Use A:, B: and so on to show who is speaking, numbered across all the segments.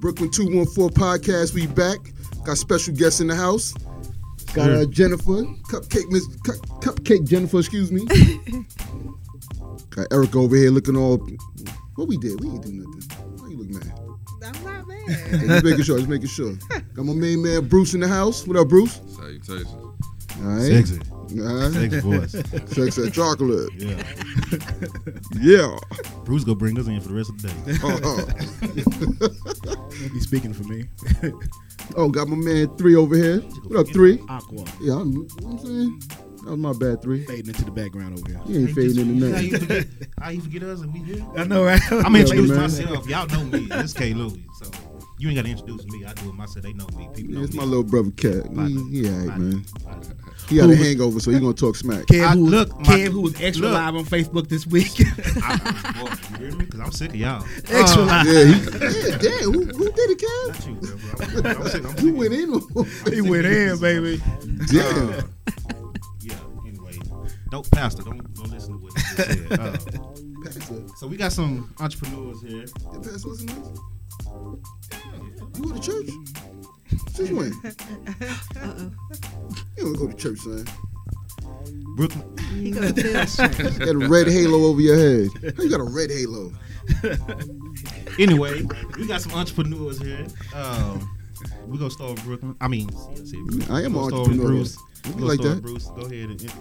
A: Brooklyn 214 podcast, we back. Got special guests in the house. Got
B: Mm.
A: uh, Jennifer, Cupcake Miss Cup, Cupcake Jennifer, excuse me. Got Erica over here looking all what we did. We ain't do nothing. Why you look mad?
C: I'm not
A: Hey,
C: mad.
A: Just making sure, just making sure. Got my main man Bruce in the house. What up, Bruce?
D: Salutations.
A: All right.
B: Sexy.
A: All right.
B: Sexy voice.
A: Sex and chocolate.
B: Yeah.
A: Yeah.
B: Bruce gonna bring us in for the rest of the day.
A: Uh-huh.
E: Be speaking for me.
A: Oh, got my man three over here. What up, three?
E: Aqua
A: Yeah, I'm, you know what I'm saying that was my bad three.
E: fading into the background over here.
A: He ain't fading in the
F: How you
A: night.
F: forget, how you forget us and we here?
E: I know, right?
A: Yeah,
F: I'm introducing
A: man.
F: myself. Y'all know me. It's K. Louie. So you ain't got to introduce me. I do it myself. They know me. People know
A: Yeah, it's
F: me.
A: my little brother Cat. He, he all right, man. He
E: Who
A: had a
E: was-
A: hangover, so he gonna talk smack.
E: Kev,
F: I-
E: who was,
F: look, my-
E: Kev, who was extra
F: look.
E: live on Facebook this week.
F: I, boy, you hear me? Because I'm sick of y'all.
E: extra live.
A: Yeah, he, yeah, damn. Who, who did it, Cat?
F: Not you, bro. bro. I'm, I'm sick. I'm sick.
A: You went in on
E: He went in, baby.
A: Damn.
F: Yeah. Anyway, don't pastor. Don't don't listen to what he just said. Uh,
A: Pastor,
F: so we got some entrepreneurs here.
A: that pastor wasn't nice. You go to church? Since when? You don't go to church, son.
F: Brooklyn.
C: He gonna feel strange.
A: Got a red halo over your head. How you got a red halo?
F: Anyway, we got some entrepreneurs here. Um, we gonna start with Brooklyn. I mean, yeah, see, Bruce.
A: I am
F: We
A: an
F: gonna start with
A: entrepreneur.
F: Bruce.
A: Don't be
F: We gonna
A: like
F: start
A: that.
F: with Bruce. Go ahead and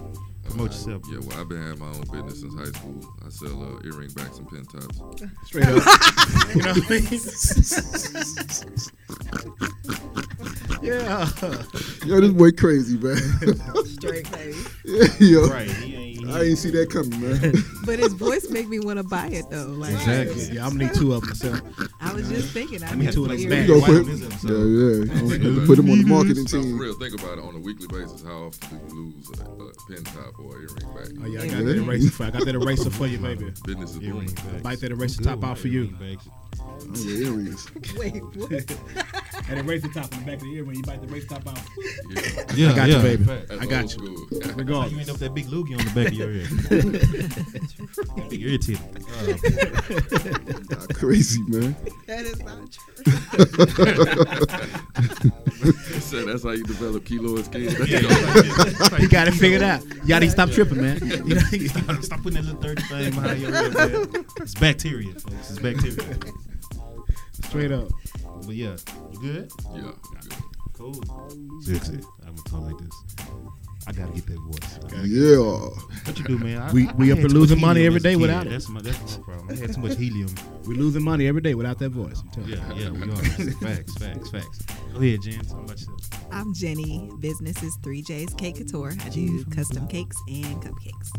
F: promote yourself.
D: Yeah, well, I've been having my own business since high school. I sell uh, earring backs and pin tops.
E: Straight up. you know what I mean? yeah.
A: Yo, this boy crazy, man.
C: Straight face.
A: Yo,
F: Right. He ain't, he
A: I ain't see that coming, man.
C: But his voice make me want to buy it though. Like
E: Exactly. Yeah, I'm gonna need two of myself.
C: I was just thinking. I
E: Me
C: need
E: too,
C: to
E: like,
C: hear
E: man.
C: it.
A: Go
F: Why
A: for
F: on
A: it.
F: this
A: Yeah,
F: episode?
A: yeah. Put him on the marketing
D: So, for
A: team.
D: real, think about it on a weekly basis. How often do you lose a, a pin top or an earring back?
E: Oh yeah, I got that eraser for I got that eraser for you, baby.
D: Business is
B: Earring
D: booming.
B: bags.
E: Bite that eraser top out for you.
A: Oh, yeah, earrings.
C: Wait, what?
E: And eraser top in the back of the ear when you bite the eraser top out.
D: Yeah,
B: Yeah,
E: I got you,
B: yeah.
E: baby.
F: Fact.
D: that's
E: I got you.
D: old school.
F: How you
E: Regardless.
F: end up that big loogie on the back of your head. big ear titty.
A: Nah, crazy, man.
C: That is not true.
D: so that's how you develop keloid skin.
F: Yeah, yeah.
E: You got it figured out. You gotta stop tripping, man. You know,
F: Stop, stop putting that little dirty thing behind your ear, man. It's bacteria, folks. It's bacteria.
E: Straight up.
F: But yeah, you good?
D: Yeah.
F: Cool.
B: Sexy. I'm gonna talk like this. I gotta get that voice.
A: Yeah.
F: What you do, man? I,
E: We- we
F: I
E: up and
F: had too much
E: losing money
F: helium
E: every
F: as a
E: day
F: kid.
E: without it.
F: That's my, that's my problem. I had too much helium.
E: We're losing money every day without that voice. I'm telling you.
F: Yeah, yeah, we are. facts, facts, facts. Go ahead, Jen. Talk about yourself.
C: I'm Jenny. Business is 3J's Cake Couture. I do custom cakes and cupcakes.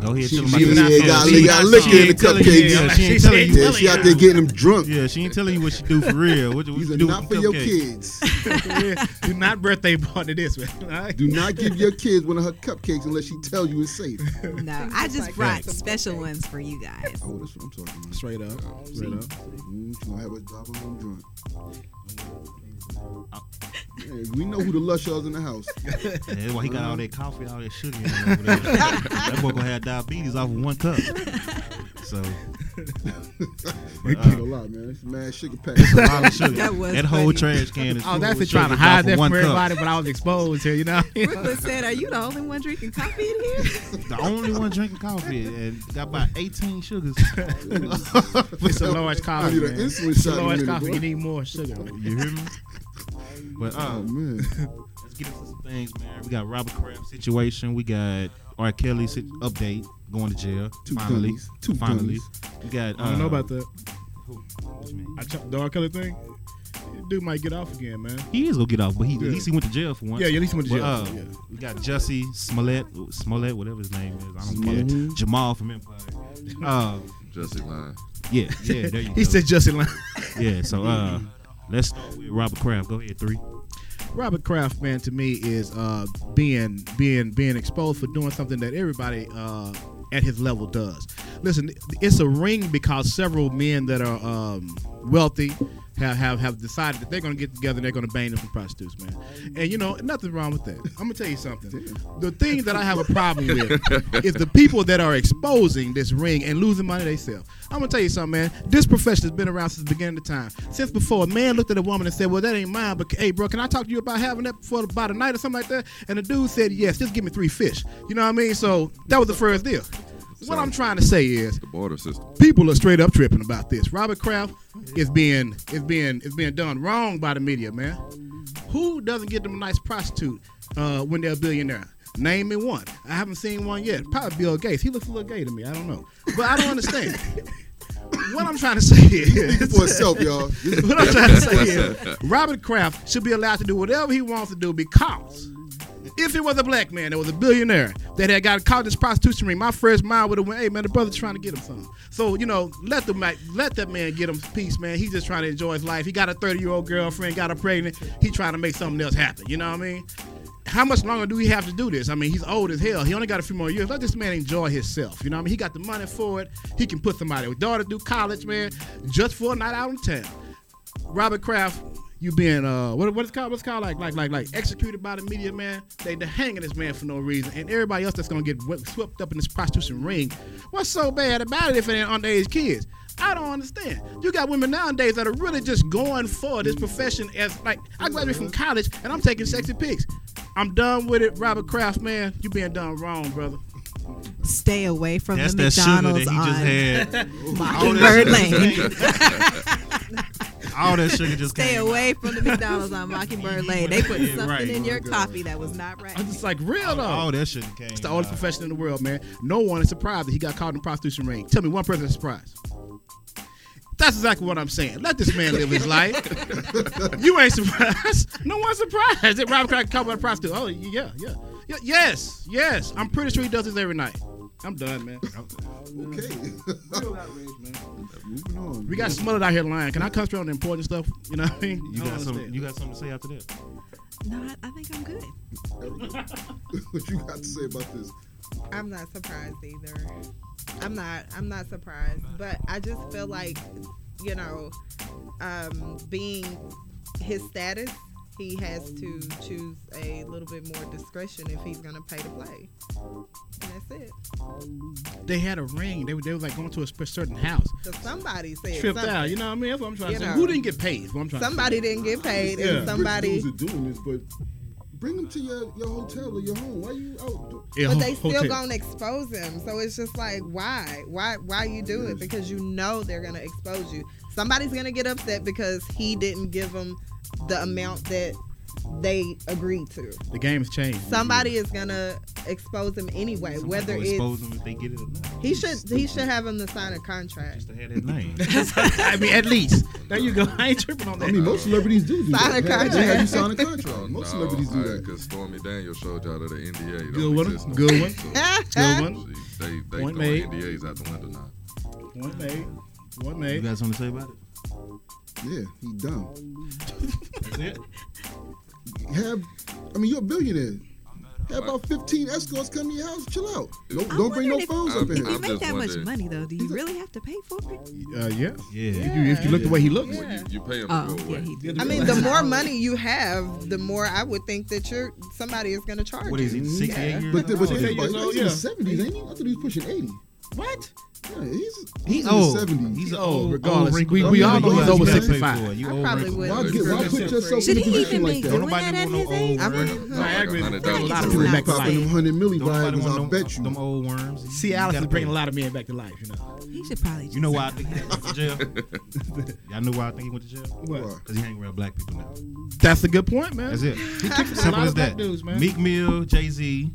F: Go ahead,
A: She-
F: tell
A: she ain't
F: them about yourself.
A: got-
F: She ain't
A: got
F: not-
A: liquor
F: she
A: in the
F: ain't telling you-
A: cupcakes.
F: yeah, She ain't telling you.
A: Yeah, she out there getting them drunk.
F: Yeah, she ain't telling you what she do for real. What, what
A: These
F: you
A: are
F: do
A: not for
F: with
A: your
F: cupcakes.
A: kids.
E: Yeah. Do not birthday party this, man. All right?
A: Do not give your kids one of her cupcakes unless she tells you it's safe.
C: No, I just brought special ones for you guys.
A: Oh, that's what I'm talking about.
E: Straight up. Straight up.
A: Mm, she gonna have us driving home drunk. Hey, we know who the lush is in the house.
F: Yeah, that's why he got all that coffee, all that sugar in there over there. that boy gonna have diabetes off of one cup. So
A: I ain't gonna lie, man. It's mad sugar pack.
F: a lot of sugar.
C: That
F: That,
C: was
F: whole
C: funny.
F: trash can is
E: I was
F: full
E: actually
F: of
E: Oh, trying to
F: sugar
E: hide
F: off
E: that
F: of
E: from
F: one cup.
E: everybody, but I was exposed here, you know?
C: Brooklyn said, "Are you the only one drinking coffee in here?"
F: The only one drinking coffee and got about 18 sugars.
E: it's a large coffee.
A: I need an
E: man.
A: insulin
E: It's
A: shot
E: a
A: in a
E: large
A: minute,
E: coffee.
A: boy.
E: You need more sugar. man.
F: You hear me? But uh,
A: Oh man.
F: let's get into some things, man. We got Robert Kraft situation. We got R. Kelly sit- update going to jail.
A: Two
F: finally,
A: dummies. Two
F: finally.
A: dummies.
F: We got.
E: I don't know
F: uh,
E: about the
F: who- what you mean?
E: I ch- the R. Kelly thing. Dude might get off again, man.
F: He is gonna get off, but he
E: Yeah.
F: at least he went to jail for once.
E: Yeah, yeah, at least he went to jail.
F: But, uh,
E: yeah.
F: We got Jesse Smollett, Smollett, whatever his name is. I don't
A: Smollett.
F: care. Jamal from Empire. Uh,
D: Just in line.
F: yeah, yeah, there you go.
E: He said Justin Line.
F: yeah. So uh, let's start with Robert Kraft. Go ahead, three.
E: Robert Kraft, man, to me is uh, being being being exposed for doing something that everybody uh, at his level does. Listen, it's a ring because several men that are um, wealthy have, have have decided that they're gonna get together and they're gonna bang them some prostitutes, man. And you know, nothing wrong with that. I'm gonna tell you something. The thing that I have a problem with is the people that are exposing this ring and losing money themselves. I'm gonna tell you something, man. This profession has been around since the beginning of time. Since before a man looked at a woman and said, "Well, that ain't mine," but hey, bro, can I talk to you about having that for about a night or something like that? And the dude said, "Yes, just give me three fish." You know what I mean? So that was the first deal. What I'm trying to say is,
D: The barter system.
E: people are straight up tripping about this. Robert Kraft is being is being is being done wrong by the media, man. Who doesn't get them a nice prostitute uh, when they're a billionaire? Name me one. I haven't seen one yet. Probably Bill Gates. He looks a little gay to me. I don't know, but I don't understand. what I'm trying to say is,
A: for itself, y'all. This is
E: what I'm trying to say is, Robert Kraft should be allowed to do whatever he wants to do because if it was a black man that was a billionaire that had got caught in this prostitution ring, my first mind would have went, "Hey man, the brother's trying to get him some." So you know, let the ma- let that man get him peace, man. He's just trying to enjoy his life. He got a thirty year old girlfriend, got her pregnant. He trying to make something else happen. You know what I mean? How much longer do we have to do this? I mean, he's old as hell. He only got a few more years. Let this man enjoy himself. You know what I mean? He got the money for it. He can put somebody with daughter through college, man, just for a night out in town. Robert Kraft, you being uh what what is called what's called like like like like executed by the media man. They they hanging this man for no reason, and everybody else that's gonna get wh- swept up in this prostitution ring. What's so bad about it if it ain't underage kids? I don't understand. You got women nowadays that are really just going for this profession as like I graduated from college and I'm taking sexy pics. I'm done with it, Robert Kraft man. You being done wrong, brother.
C: Stay away from
F: That's
C: the
F: that sugar that he
C: McDonald's
F: just had.
C: on Mockingbird Lane.
F: All that sugar just
C: Stay
F: came out.
C: away from the McDonald's on Mockingbird Lane. They put
F: Yeah,
C: something
F: right.
C: in your coffee that was not right.
E: I'm just like real though.
F: All that sugar came.
E: It's the oldest profession in the world, man. No one is surprised that he got caught in the prostitution ring. Tell me one person is surprised. That's exactly what I'm saying. Let this man live his life. you ain't surprised. No one's surprised that Robert Kraft caught by a prostitute. Oh, yeah, yeah. yeah. Yes, yes. I'm pretty sure he does this every night. I'm done, man.
A: okay. Moving on.
E: We got smothered out here lying. Can I concentrate on the important stuff? You know what I mean?
F: You
E: I don't
F: got something.
E: understand.
F: You got something to say after that?
C: No, I, I think I'm good.
A: what you got to say about this?
G: I'm not surprised either. I'm not. I'm not surprised, but I just feel like, you know, um, being his status, he has to choose a little bit more discretion if he's gonna pay to play. And that's it.
E: They had a ring. They, were- they was like going to a sp- certain house.
G: So somebody said
E: Tripped
G: something.
E: out. You know what I mean? That's what I'm trying
G: You
E: to say.
G: know.
E: Who didn't get paid? Is what I'm trying
G: Somebody didn't get paid,
E: Yeah.
G: and somebody.
A: Rich dudes are doing this, but bring them to your, your hotel or your home. Why you out? do-
E: to say. Yeah,
G: But
E: ho-
G: they still
E: hotel.
G: gonna expose him, so it's just like, why, why, why you do it? Because you know they're gonna expose you. Somebody's gonna get upset because he didn't give them the amount that they agreed to.
E: The game's changed.
G: Somebody is gonna expose him anyway,
F: Somebody
G: whether
F: gonna
G: it's
F: expose them if they get it or not.
G: he should he should have him to sign a contract.
F: Just to have that name.
E: I mean, at least. There you go. I ain't tripping on that.
A: I mean, most celebrities do. do
G: Sign
A: that.
G: a
A: Yeah,
G: contract.
A: They have you sign a
D: Oh,
A: contract. Most
D: no,
A: celebrities do
D: I-
A: that.
D: Cause Stormy Daniels showed y'all that the NDA.
E: Good
D: Don't
E: one.
D: exist no
E: Good
D: more.
E: one.
D: So,
E: Good one.
D: see, They they
E: Point
D: throwing
E: made.
D: NDAs out the window now.
E: One made. One
F: You
E: made.
F: got something to say about it?
A: Yeah, he dumb.
F: That's it.
A: Have, I mean, you're a billionaire. Have about 15 escorts come to your house. Chill out. No,
C: I'm
A: don't bring no
C: wondering if-
A: phones up in
C: If
A: here.
C: you
D: I'm
C: make
D: just
C: that much
D: wondering.
C: money, though, do you really have to pay for it?
E: Uh, yeah.
F: Yeah.
E: If you, if you look the way he looks.
G: Yeah.
D: You, you pay them
C: Oh,
D: to go
C: yeah,
D: away.
C: he did.
G: I mean, the more money you have, the more I would think that you're somebody is gonna charge.
F: What is
G: you.
F: he? Sixty-eight
G: Yeah.
F: years
A: But, the,
F: old.
A: but
E: Yeah,
A: the,
E: yeah,
A: he's
E: yeah.
A: in his 70s, ain't he? I thought he was pushing 80.
E: What?
A: Yeah, he's,
F: He's
A: he's
F: old.
A: in his 70s.
F: He's
E: He's
F: old.
E: old,
F: old
E: regardless.
F: wrinkle.
E: We-
F: I
A: we
F: mean,
A: all know
F: you
A: he's
F: gotta
A: over
F: pay
E: 65.
F: for it. You
G: I
F: old
G: probably
F: wrinkle.
G: would.
A: why, get, why put yourself
C: Should
A: in a
C: he even
A: position
C: be
A: like
C: doing
A: that?
F: Nobody
C: that at
F: want no
C: his
F: old
C: age?
G: I
F: worm.
G: wouldn't-
D: Like
E: I agree.
D: $100
E: Feel like it's
D: out the
E: a
A: People
E: lot
D: window.
E: of-
A: be popping them 100
F: Don't nobody
A: milligrams,
F: want
A: I
F: them,
A: bet
F: them
A: you.
F: old worms. You-
E: See,
F: you
E: Alex is
F: gotta
E: bringing
F: pay.
E: a lot of men back to life, you know.
C: He should probably just
F: You know why I
C: sign
F: think
C: up.
F: he went to jail? Y'all know why I think he went to jail?
A: Why?
F: Because he hang around black people now.
E: That's a good point, man.
F: That's it.
E: a
F: Simple
E: lot
F: as
E: of black
F: that.
E: dudes, man.
F: Meek Mill, Jay Z,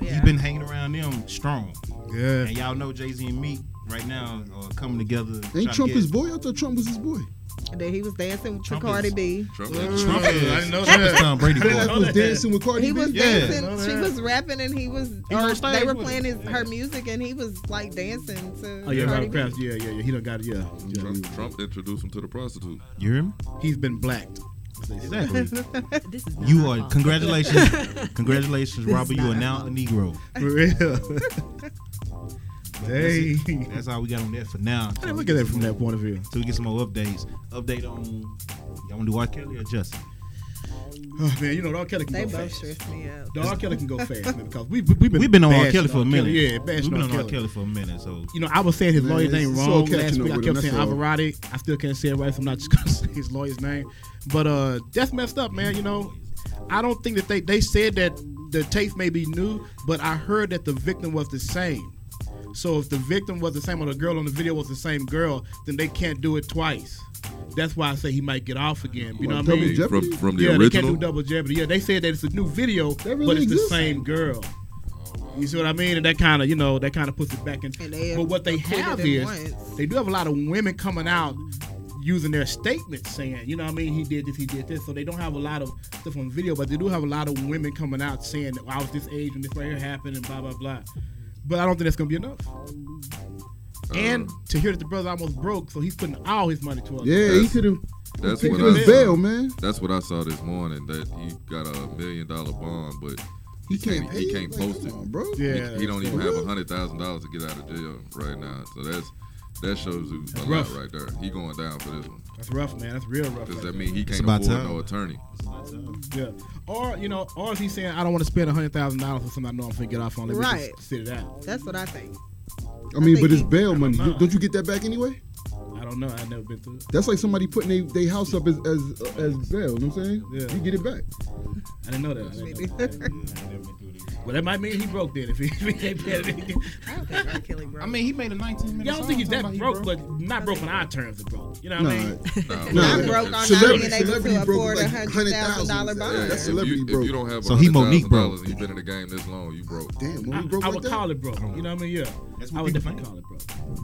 G: Yeah.
F: you've been hanging around them strong.
E: Yeah.
F: And y'all know Jay Z and Meek right now are coming together. trying
A: Ain't
F: to
A: Trump
F: get-
A: his boy? I thought Trump was his boy.
G: That he was dancing to
F: Trump is-
G: Cardi B.
D: Trump
F: Trump
E: I
F: is,
E: didn't know
F: Trump is
E: that.
F: Tom Brady
A: Black
F: boy.
E: know
A: was
E: that.
A: dancing with Cardi
G: He
A: B.
G: was
F: Yeah.
G: dancing. She was rapping, and he was.
E: He was
G: or
E: on stage
G: they were
E: with
G: playing his,
E: her.
G: her music, and he was like dancing to.
E: Oh yeah,
G: Cardi
E: Robert
G: B.
E: Kraft. Yeah, yeah, yeah. He done got it. Yeah. yeah.
D: Trump, Trump introduced him to the prostitute.
F: You hear me?
E: He's been blacked.
F: Exactly.
C: This is not
F: You
C: my
F: are
C: fault.
F: congratulations, congratulations,
C: is
F: Robert. You
C: not our
F: are now a
C: fault.
F: Negro.
E: For real. Hey.
F: That's all we got on that for now.
E: I didn't look at that from that point of view.
F: So we get some more updates. Update on y'all want to do R. Kelly or Justin?
E: Oh, man, you know, Dog Kelly can
G: They
E: go
G: both
E: fast.
G: stressed me out.
E: Dog R. Kelly can go fast, man, because we, we've been
F: We've been on R.
E: bashing
F: Kelly for a
E: R.
F: minute.
E: Yeah,
F: We've
E: bashing
F: been
E: on
F: on
E: Kelly.
F: R. Kelly for a minute. So
E: You know, I was saying his
A: Man,
E: lawyer's
A: it's-
E: name
A: it's
E: wrong
A: all catching
E: last
A: up
E: week. I
A: with
E: kept
A: him,
E: saying
A: that's all.
E: Alvarado. I still can't say it right, so I'm not just gonna say his lawyer's name. But uh, that's messed up, man. You know, I don't think that they they said that the tape may be new, but I heard that the victim was the same. So if the victim was the same or the girl on the video was the same girl, then they can't do it twice. That's why I say he might get off again. You know what I
A: Double
E: mean?
A: jeopardy?
D: From, from the
E: yeah, they can't
D: original.
E: do double jeopardy. Yeah, they said that it's a new video,
A: really
E: but it's
A: exists?
E: the same girl. You see what I mean? And that kind of, you know, that kind of puts it back in.
G: And they
E: But what they
G: acquitted
E: have
G: him
E: is
G: once.
E: they do have a lot of women coming out using their statements saying, you know what I mean, he did this, he did this. So they don't have a lot of stuff on video, but they do have a lot of women coming out saying, I was this age when this right here happened and blah, blah, blah. But I don't think that's going to be enough.
D: Uh.
E: and to hear that the brother almost broke, so he's putting all his money towards it.
A: Yeah, he
D: That's-
A: could have
D: That's
A: taken
D: what I
A: his
D: saw.
A: bail, man.
D: That's what I saw this morning. That he got a million dollar bond, but
A: He can't.
D: He
A: pay.
D: can't
A: Like,
D: post
A: come
D: it.
A: on, bro.
E: Yeah,
D: he don't
E: that's
D: even have a hundred thousand dollars to get out of jail right now. So that's that shows you a
E: rough.
D: lot right there. He going down for this one.
E: That's rough, man. That's real rough.
D: Does
E: right
D: that mean he can't
F: about
D: afford
F: time.
D: no attorney?
E: Yeah. Or you know, or is he saying I don't want to spend hundred thousand dollars for something I know I'm gonna get off on? Let me
G: Right.
E: just sit it out.
G: That's what I think.
A: I mean, but
G: I think
A: it's
G: he-
A: bail
E: don't
A: money.
E: know.
A: Don't you get that back anyway?
E: I don't know. I've never been through. It.
A: That's like somebody putting their they house up as as, as bail. You know what I'm saying?
E: Yeah.
A: You get it back.
E: I didn't know that. I didn't know that. Well, that might mean he broke then if he, if he ain't paid it.
G: I don't think R. Kelly broke.
F: he made a 19 minute.
E: Yeah, I don't think he's that broke, but not broke on our terms. Of broke. You know what I mean?
D: No,
A: Nah,
G: I broke on not
A: Celebrity-
G: being able
A: celebrity
G: to
A: broke
G: afford
A: like
G: a hundred thousand dollar
A: $100,000.
G: bond.
D: Yeah, if, you,
A: Celebrity
D: if
A: broke.
D: you don't have
F: So he
D: $100,000
F: Monique broke.
D: and you've been in the game this long, you broke.
A: Damn, when
E: I,
A: we broke
E: I
A: like
E: would
A: that?
E: call it broke. You know what I mean? Yeah.
F: That's what
E: I would
F: people
E: definitely call it broke.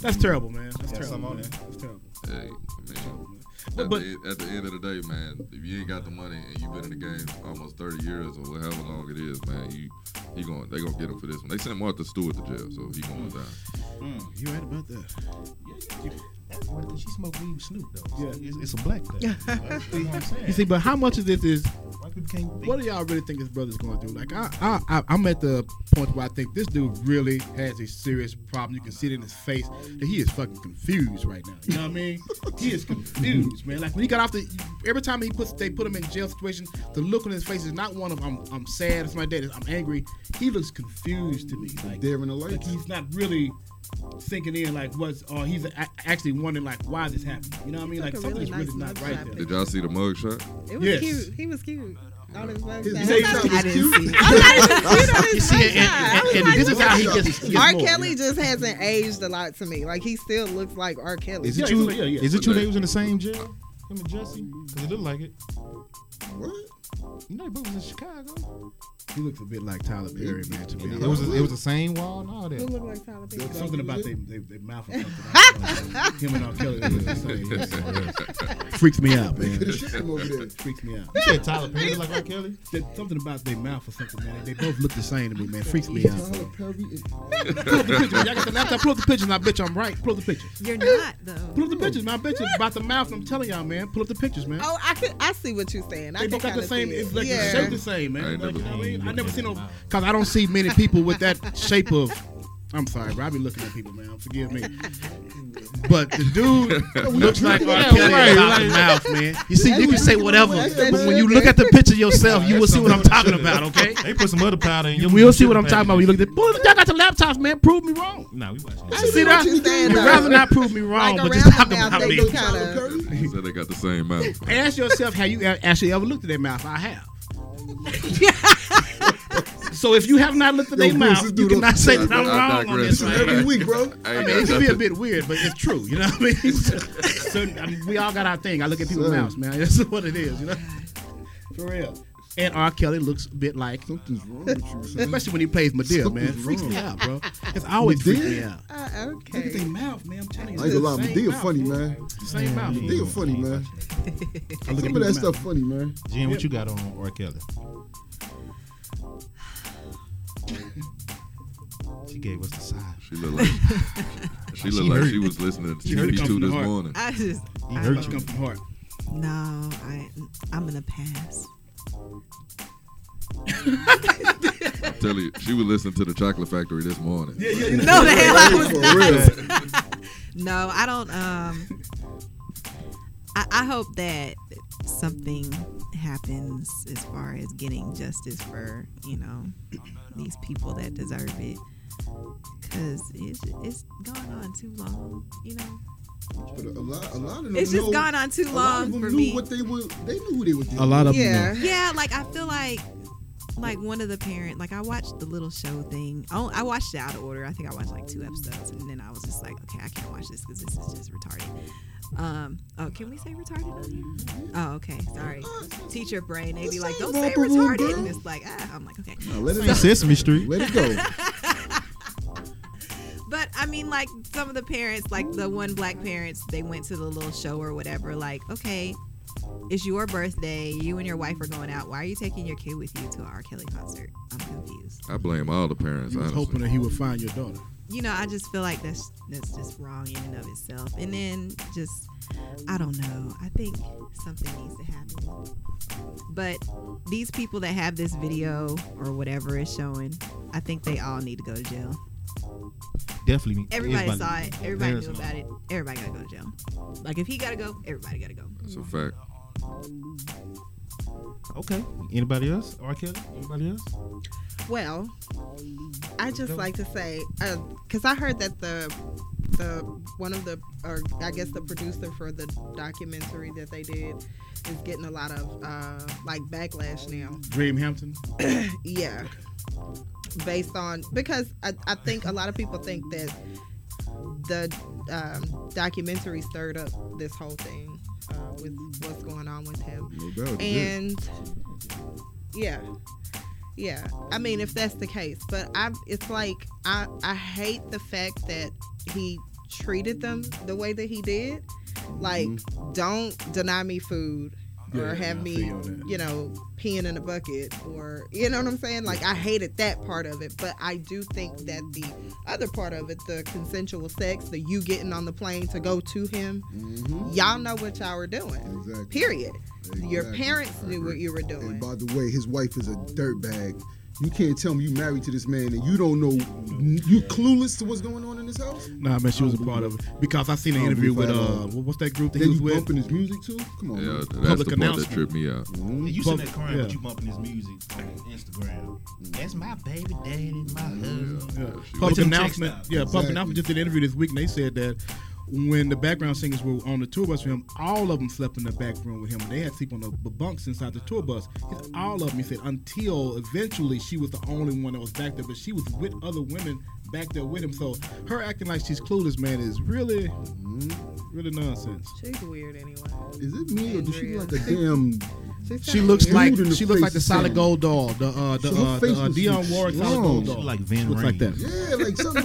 E: That's terrible, man. That's
F: something
E: terrible.
F: on
E: Man.
F: there.
E: That's terrible.
D: Hey, I mean,
E: But-
D: at,
E: but-
D: the, at the end of the day, man, if you ain't got the money and you've been in the game almost 30 years or however long it is, man, you he going they gonna get him for this one. They sent Martha Stewart to jail, so he going down.
E: You right about that?
F: She smoked weed with Snoop though.
E: Yeah.
F: Yeah, it's, it's a black thing. That's what I'm saying.
E: You see, but how much of this is
F: White people can't think.
E: What do y'all really think his brother's going through? Like, I, I, I, I'm at the point where I think this dude really has a serious problem. You can see it in his face that he is fucking confused right now. You know what I mean? he is confused, man. Like when he got off the, every time he puts, they put him in jail situation. The look on his face is not one of I'm, I'm sad. It's my dad. I'm angry. He looks confused to me. Like
A: There in the light.
E: like he's not really sinking in. Like what's, or he's a- actually wondering like why is this happening? You know what I mean?
G: took
E: Like
G: a
E: something's
G: really
E: really
G: nice
E: not
G: mugshot
E: right there.
D: Did y'all see the mug shot?
G: It was
E: Yes.
G: cute. He was cute. On his website.
A: His
G: I
A: mugshot
G: thought
A: was
G: he was
C: I didn't see it.
E: You see, and,
G: cute on his website.
E: and, and, and this is how he gets. he gets
G: R.
E: more,
G: Kelly just hasn't aged a lot to me. Like he still looks like R. Kelly.
F: Is it
E: Yeah,
F: true?
E: yeah, yeah.
F: Is it true they was in the same jail? Him and Jesse? Cause it looked like it.
A: What?
F: You know, they both was in Chicago.
E: He looks a bit like Tyler Perry, man. To be
F: It
E: honest.
F: was it was the same wall and all
G: Who
F: that.
G: look like Tyler Perry?
E: something about they, they, they mouth or something. I don't know. Him and R. Kelly they look the same. freaks me out,
A: Could
E: man.
A: have shot him over there.
E: Freaks me out.
F: You said Tyler Perry like R. Kelly?
E: There's something about their mouth or something, man. They both look the same to me, man. Freaks me out.
A: Tyler Perry. is-
E: Pull up the pictures. Y'all got the laptop. Pull up the pictures. and I bet you I'm right. Pull up the pictures.
C: You're not
E: Pull
C: though.
E: up the pictures, man. I bet you about the mouth. I'm telling y'all, man. Pull up the pictures, man.
G: Oh, I could. I see what you're saying. I
E: They
G: can
E: both got the
G: kinda
E: same.
G: see it.
E: It's like
G: yeah.
E: the shape the same,
D: I
E: man.
D: ain't
E: Like, you
D: never-
E: know what I mean? I never seen them because I don't see many people with that shape of. I'm sorry, bro. I be looking at people, man. Forgive me. But the dude looks like R.
F: Yeah,
E: Kelly
F: right,
E: without the
F: like-
E: mouth, man. You see, you can say whatever,
G: That's
E: but
G: that
E: when you
G: shit,
E: look
G: man.
E: at the picture yourself, you will see what I'm talking about. Okay,
F: They put some other powder in.
E: you
F: your-
E: will see what I'm talking about. When you look at the, Boy, y'all got the laptops, man. Prove me wrong.
F: Nah, we watching.
E: You
F: That.
E: see that?
G: you saying,
E: You'd
G: though.
E: rather not prove me wrong,
G: Like
E: but just
G: around
E: talk
G: the mouth,
E: about
G: they
E: me.
G: look
A: Tyler
G: Kinda.
A: Perry.
D: He said they got the same mouth.
E: Ask yourself, have you a- actually ever looked at their mouth? I have. so if you have not looked at
A: Yo,
E: their
A: Bruce,
E: mouth,
A: this
E: you
A: dude
E: cannot
A: don't-
E: say that
D: I-
E: I'm
D: I
E: wrong on
D: digress,
E: this.
D: man.
E: Right?
A: Every week, bro.
D: I
E: I
D: ain't
E: mean, it can
D: got
E: be a
D: nothing.
E: bit weird, but it's true. You know what I mean? so I mean, we all got our thing. I look at people's
A: Son.
E: mouths, man. That's what it is. You know, for real. And R. Kelly looks a bit like,
A: Something's wrong with you, son.
E: especially when he plays Medea, man. It freaks me out, bro. It's always freaks me out.
G: Uh,
E: Look at their
G: okay.
E: mouth, man. I'm telling you,
A: I ain't gonna lie,
E: it's the
A: Medea
E: same mouth,
A: funny,
E: fool.
A: man.
E: It's the Same mouth. fool.
A: Medea funny, man.
E: I look at
A: Some of that
E: people's
A: stuff
E: mouth.
A: funny, man.
F: Jen, what you got on R. Kelly? she gave us the side.
D: She looked like she looked like she was listening to
E: She heard it
D: TV
E: come from
D: two
E: the
D: this
E: heart.
D: morning.
C: I just.
F: He
C: I
F: hurt
E: Mouth
C: don't-
E: come from heart.
C: No, I. I'm gonna pass.
D: I'm telling you, she was listening to the Chocolate Factory this morning. Yeah, yeah.
C: No, the hell I was
A: For real.
C: No, I don't. Um, I, I hope that something happens as far as getting justice for you know these people that deserve it, because it's it's gone on too long. You know,
A: But a lot, a lot of them
C: it's just
A: know-
C: gone on too
A: A lot
C: long
A: of them
C: for
A: knew
C: me.
A: what they were. They knew who they were. Dealing.
B: A lot of
G: Yeah.
B: them.
C: yeah, like I feel like like one of the parent like I watched the little show thing. I, I watched it out of order. I think I watched like two episodes and then I was just like, okay, I can't watch this because this is just retarded. Um, oh, can we say retarded on here? Oh, okay, sorry. Teacher brain, they be like, don't say retarded, and it's like, ah, I'm like, okay.
A: Now, let it
B: That's Sesame Street.
A: Let it go.
C: But I mean, like some of the parents, like the one black parents, they went to the little show or whatever. Like, okay, it's your birthday. You and your wife are going out. Why are you taking your kid with you to a R. Kelly concert? I'm confused.
D: I blame all the parents.
E: You was
D: honestly.
E: hoping that he would find your daughter.
C: You know, I just feel like that's that's just wrong in and of itself. And then just, I don't know. I think something needs to happen. But these people that have this video or whatever is showing, I think they all need to go to jail.
F: Definitely.
C: Everybody, saw it. Everybody knew about it. Everybody gotta go to jail. Like if he gotta go, everybody gotta go.
D: That's a fact.
F: Okay. Anybody else? R. Kelly? Anybody else?
G: Well, I just like to say because I heard that the the one of the or I guess the producer for the documentary that they did is getting a lot of uh, like backlash now.
E: Dream Hampton.
G: Yeah, based on because I, I think a lot of people think that the um, documentary stirred up this whole thing uh, with what's going on with him
A: No doubt. yeah.
G: and yeah yeah i mean if that's the case but i it's like i i hate the fact that he treated them the way that he did like don't deny me food
E: Mm-hmm. Yeah,
G: or have
E: I
G: me
E: feel you on that.
G: you know peeing in a bucket or you know what i'm saying like i hated that part of it but i do think that the other part of it the consensual sex the you getting on the plane to go to him
A: Mhm.
G: y'all know what y'all were doing
A: Exactly.
G: period your
A: Exactly.
G: parents
A: I
G: knew what
A: agree.
G: you were
A: And
G: doing.
A: by the way, his wife is a dirtbag. You can't tell me you married to this man and you don't know. You clueless to what's going on in this house.
E: Nah, man, she was a part of it because I seen an
A: Oh,
E: interview
A: we
E: with
A: find
E: uh,
A: out.
E: what- what's that group that
A: Then
E: he
A: you
E: was with?
A: bumping his music too. Come on.
D: Yeah,
A: man.
D: that's
E: Public
D: the part that
E: announcement.
D: tripped me out.
A: Mhm.
F: Yeah, Mm, you
E: Bump-
F: sing that crying,
E: yeah.
F: but you bumping his music on Instagram. That's my baby daddy, my husband.
E: Yeah.
D: she
E: Public
F: was-
E: announcement.
F: Check stop.
E: Yeah, public
A: Exactly.
E: announcement just did an interview this week, and they said that when the background singers were on the tour bus with him, all of them slept in the back room with him, and they had to sleep on the b- bunks inside the tour bus. He said, all of them. He said until eventually she was the only one that was back there, but she was with other women back there with him. So her acting like she's clueless, man, is really,
A: Mm-hmm.
E: really nonsense.
G: She's weird anyway.
A: Is it me or does she look like a
G: Andrea.
A: damn?
G: She's
E: She
G: kinda
E: looks
A: Dude
G: weird.
E: like
A: in the
E: she looks like
A: face
E: the solid
A: sound.
E: gold doll, the uh, the,
A: So her
E: uh,
A: face
E: the uh,
A: was
E: Dion Warwick solid
A: strong.
E: gold
A: She
E: doll.
F: like Van
E: looks like that.
F: Raines.
A: Yeah, like something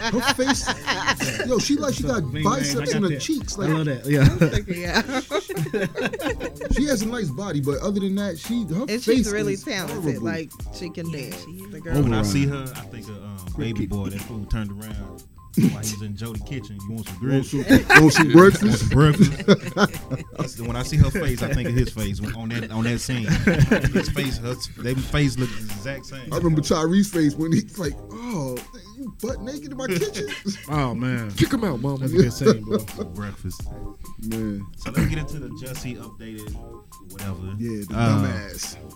A: like her face. Yo, she like she got
E: Van Raines,
A: biceps
E: I
A: in
E: got
A: her
E: that.
A: cheeks.
E: I love
A: Like
E: that. Yeah.
G: yeah.
A: she has a nice body, but other than that, she her
G: and
A: face
G: she's really
A: is
G: talented.
A: horrible.
G: Like she can
C: Yeah,
G: dance.
C: she is.
G: the
F: When
G: girl.
F: I see her, I think of um, Baby Boy, that fool turned around while he was in Jody's kitchen. You want some
A: on
F: grits?
A: some, on some breakfast.
F: breakfast. That's- when I see her face, I think of his face when- on that on that scene. His face, her they face look the exact same.
A: I remember Tyree's face when he's like, "Oh, you butt naked in my kitchen."
E: oh man.
A: Kick him out, mama.
E: That's a good saying, bro.
F: breakfast.
A: Man,
F: So let's get into the Jussie updated, whatever.
A: yeah, the
F: Uh,
A: dumbass.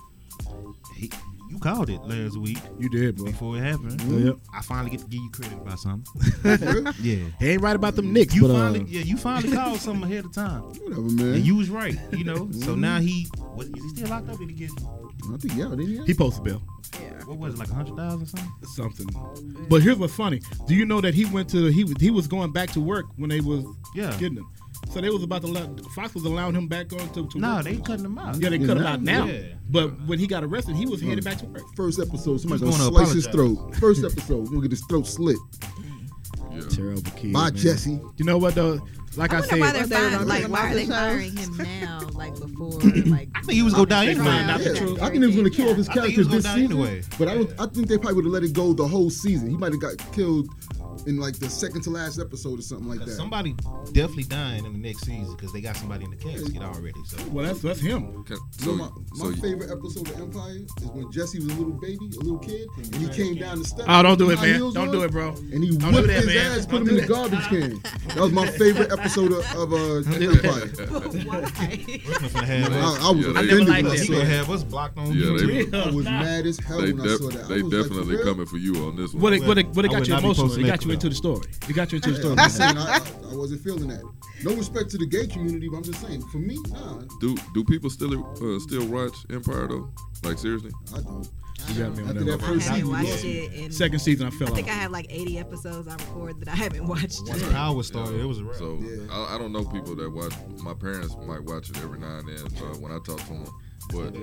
F: he- you called it last week
E: You did, bro.
F: before it happened.
E: Yep.
F: I finally get to give you credit about something. yeah.
E: He ain't right about them Knicks.
F: You
E: but, uh,
F: finally, yeah, you finally called something ahead of time,
A: Whatever, man.
F: and you was right, you know. So now he was, is he still locked up? Did he get
A: I think yeah, didn't
E: he posted bill.
G: Yeah.
F: what was it like a hundred thousand or something?
E: Something. But here's what's funny. Do you know that he went to he was he was going back to work when they was
F: Yeah.
E: getting him. So they was about to let Fox was allowing him back on to, to
F: No,
E: work.
F: they cutting him out.
E: yeah, they cut him out now.
F: Yeah.
E: But when he got arrested, he was headed back to work.
A: First episode, somebody
F: He's
A: gonna
F: gonna
A: slice his
F: apologize.
A: throat. First episode, we're gonna get his throat slit
D: Yeah.
E: Terrible kid.
A: by
E: man.
A: Jesse.
E: You know what though? Like I,
C: I wonder
E: said,
C: why they're
G: What they
C: firing, like
G: were talking
C: why
G: about
C: are they
G: the show?
C: firing him now, like before, like I
F: think he was gonna die anyway.
E: Not
A: Yeah,
E: the truth.
A: I think they was gonna kill off his
F: I think he
A: character
F: was gonna
A: this
F: die
A: season,
F: anyway.
A: but I don't. I think they probably would have let it go the whole season. He might have got killed in like the second to last episode or something like that.
F: Somebody definitely dying in the next season because they got somebody in the casket already. So
E: Well, that's that's him.
D: Can-
A: So
D: So,
A: my,
D: so
A: my
D: you-
A: favorite episode of Empire is when Jesse was a little baby, a little kid, and he came down the steps.
E: Oh, don't do it,
A: high
E: man.
A: heels
E: Don't
A: on,
E: do it, bro.
A: And he
E: Don't do
A: whipped
E: that,
A: his
E: man.
A: ass, put
E: Don't
A: him
E: do
A: in the garbage
E: that.
A: can. That was my favorite episode of, of uh, Empire.
C: Why?
F: we're gonna have
A: I,
F: us,
A: I was
D: Yeah, they- I
A: offended
E: never
A: when
E: liked
A: I
E: that.
F: he
A: saw
F: gonna
A: that.
F: have us blocked on
D: Yeah,
F: YouTube.
D: they-
A: I was mad as hell
D: they,
A: when I
D: def-
A: saw that.
D: they
A: I was
D: definitely
A: like, for real?
D: coming for you on this one.
E: What it, what it, what it
F: I
E: got
F: would
E: you
F: not be
E: emotional. It
F: posting
E: got you
F: that
E: into the story. It got you into the story.
A: I'm saying I, I, I wasn't feeling that. No respect to the gay community, but I'm just saying, for me, nah,
D: Do do people still uh, still watch Empire though? Like seriously?
A: I don't.
E: You got me on
A: After
E: that
A: that
E: one.
C: I
A: first
C: haven't
A: season,
C: watched
A: yeah.
C: it in.
E: Second season, I fell
C: I think I
E: off.
C: have like 80 episodes I record that I haven't watched.
F: Once power started, it was a wrap.
D: So
A: Yeah.
D: I, I don't know people that watch. My parents might watch it every now and then uh, when I talk to them, but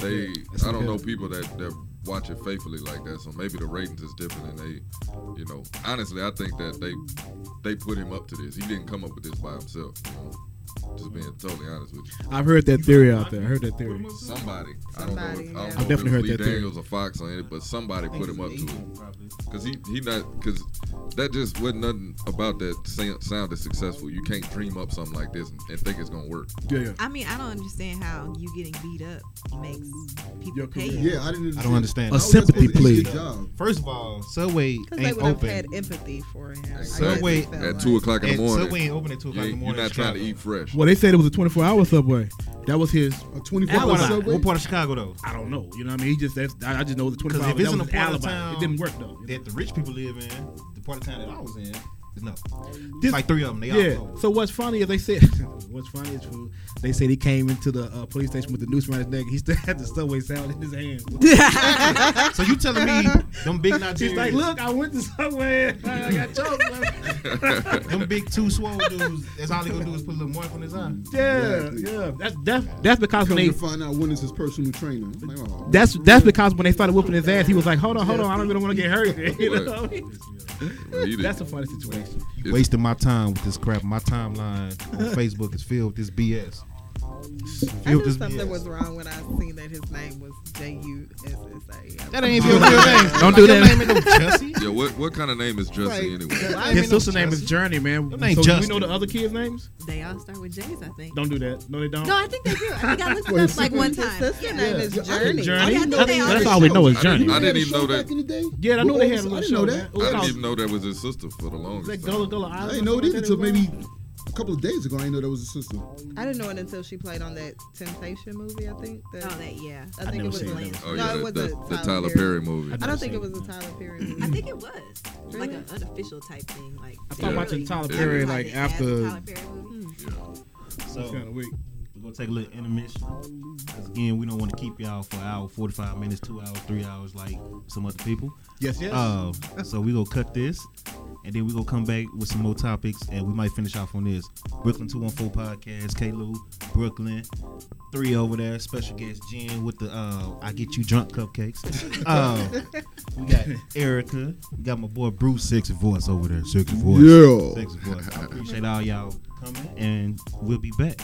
D: they I don't know people that that watch it faithfully like that. So maybe the ratings is different, and they, you know, honestly, I think that they they put him up to this. He didn't come up with this by himself. You know? Just being totally honest with you.
E: I've heard that theory out there. I heard that theory.
D: Somebody, I don't know.
G: Somebody,
D: if-
G: yeah.
D: I
G: I've
D: don't know if
E: definitely
D: it
E: heard
D: was Lee
E: that theory.
D: Daniels or Fox on it, but somebody put him up to it. Cause he he not cause that just wasn't nothing about that sound, sounded successful. You can't dream up something like this and, and think it's gonna work.
E: Yeah, yeah.
C: I mean, I don't understand how you getting beat up makes people
E: Your
C: pay you.
A: Yeah, I didn't.
F: I don't understand.
E: A
A: How was that
E: sympathy
A: supposed to be
E: plea.
A: his job?
F: First of all, Subway
G: Because they
F: ain't
G: would have had
F: open.
G: empathy for him. I guess
F: Subway-
G: it felt
D: At
G: like.
D: two o'clock in
F: And
D: the morning,
F: Subway ain't open at two
D: you
F: o'clock in the
D: ain't- you're
F: morning.
D: not
F: in
D: trying to
F: Chicago.
D: eat fresh.
E: Well, they said it was a 24-hour subway. That was his.
A: A 24
F: What
A: hour
F: part, of-
A: subway.
F: what part of Chicago though?
E: I don't know. You know what I mean? He just that's I I just know the 24
F: Because
E: hours.
F: if it's
E: that
F: in a
E: was his
F: part of
E: alibi.
F: town
E: it didn't work though.
F: that the rich people live in, the part of town that I was in, is no.
E: This-
F: It's like three of them. They
E: yeah.
F: all closed.
E: So what's funny is they said what's funny is fool, they said he came into the uh, police station with the noose around his neck. He still had the subway sound in his hands.
F: So you telling me them big Nigerians,
E: He's like, look, I went to subway. and I got choked. man."
F: them big two swole dudes. That's all they gonna do is put a little mark on his eye.
E: yeah, yeah. That's that's that's because when
A: Come to
E: they
A: find out when is his personal trainer. I'm like, oh,
E: that's that's because when they started whooping his ass, he was like, hold on, hold on, I don't really want to get hurt. You know?
D: Well, he did-
E: That's a funny situation.
F: You wasting my time with this crap. My timeline on Facebook is filled with this BS.
G: I knew something was wrong when I seen that his name was J U S S A.
F: That ain't your real name.
E: Don't do
F: Your
E: that.
F: name ain't no Jesse.
D: yeah, what what kind of name is Jesse anyway?
F: Why
E: His
F: ain't no
E: sister name is
F: Jesse?
E: Journey, man.
F: Them ain't
E: So do we
F: Justin.
E: know the uh, other kids' names?
C: They all start with J's, I think.
E: Don't do that. No, they don't.
C: No, I think they do. I think I looked it up like one
G: His
C: time.
G: sister
C: Yeah.
G: name is
A: Yeah, I
G: Journey.
A: didn't-
E: Journey.
C: Oh, Yeah, I know they all-
E: That's all we know is
D: I didn't-
E: Journey.
D: I
A: They had a
D: didn't even
A: show
D: know that.
A: Back in the day?
E: Yeah, I know
A: Well,
E: they had a
A: I
E: little
A: didn't
E: show.
A: know that.
E: man.
D: I
E: It was
D: didn't
E: called-
D: even know that was his sister for the
E: Is that
D: longest.
E: Gullah
D: time.
E: Gullah Island?
A: I didn't know it either until maybe a couple of days ago. I didn't know that was his sister.
G: I didn't know it until she played on that Temptation movie. I think. That,
C: Oh, that yeah.
G: I think
E: never
G: it was.
E: seen
G: a-
E: that.
D: Oh
G: no,
D: yeah,
G: it
D: that-
G: was
D: that-
G: a
D: the
G: Tyler
D: Tyler
G: Perry.
D: Perry movie.
G: I don't think it was a Tyler Perry
C: I
G: movie.
C: think it was like
G: Mm. Really?
C: an unofficial type thing. Like
E: I
C: they
E: started watching Tyler
D: Yeah.
E: Perry
C: advertised
E: like
C: it as a
E: after.
C: Tyler Perry movie.
F: So
E: Kind of weak.
F: we're gonna take a little intermission. Cause again, we don't want to keep y'all for an hour, forty-five minutes, two hours, three hours, like some other people.
E: Yes, yes.
F: Uh, so we gonna cut this, and then we gonna come back with some more topics, and we might finish off on this Brooklyn Two One Four podcast. K. Lou, Brooklyn, three over there. Special guest Jen with the uh, I get you drunk cupcakes. uh, we got Erica. We got my boy Bruce Sexy Voice over there. Sexy Voice.
A: Yeah.
F: Sexy Voice. I appreciate all y'all coming, and we'll be back.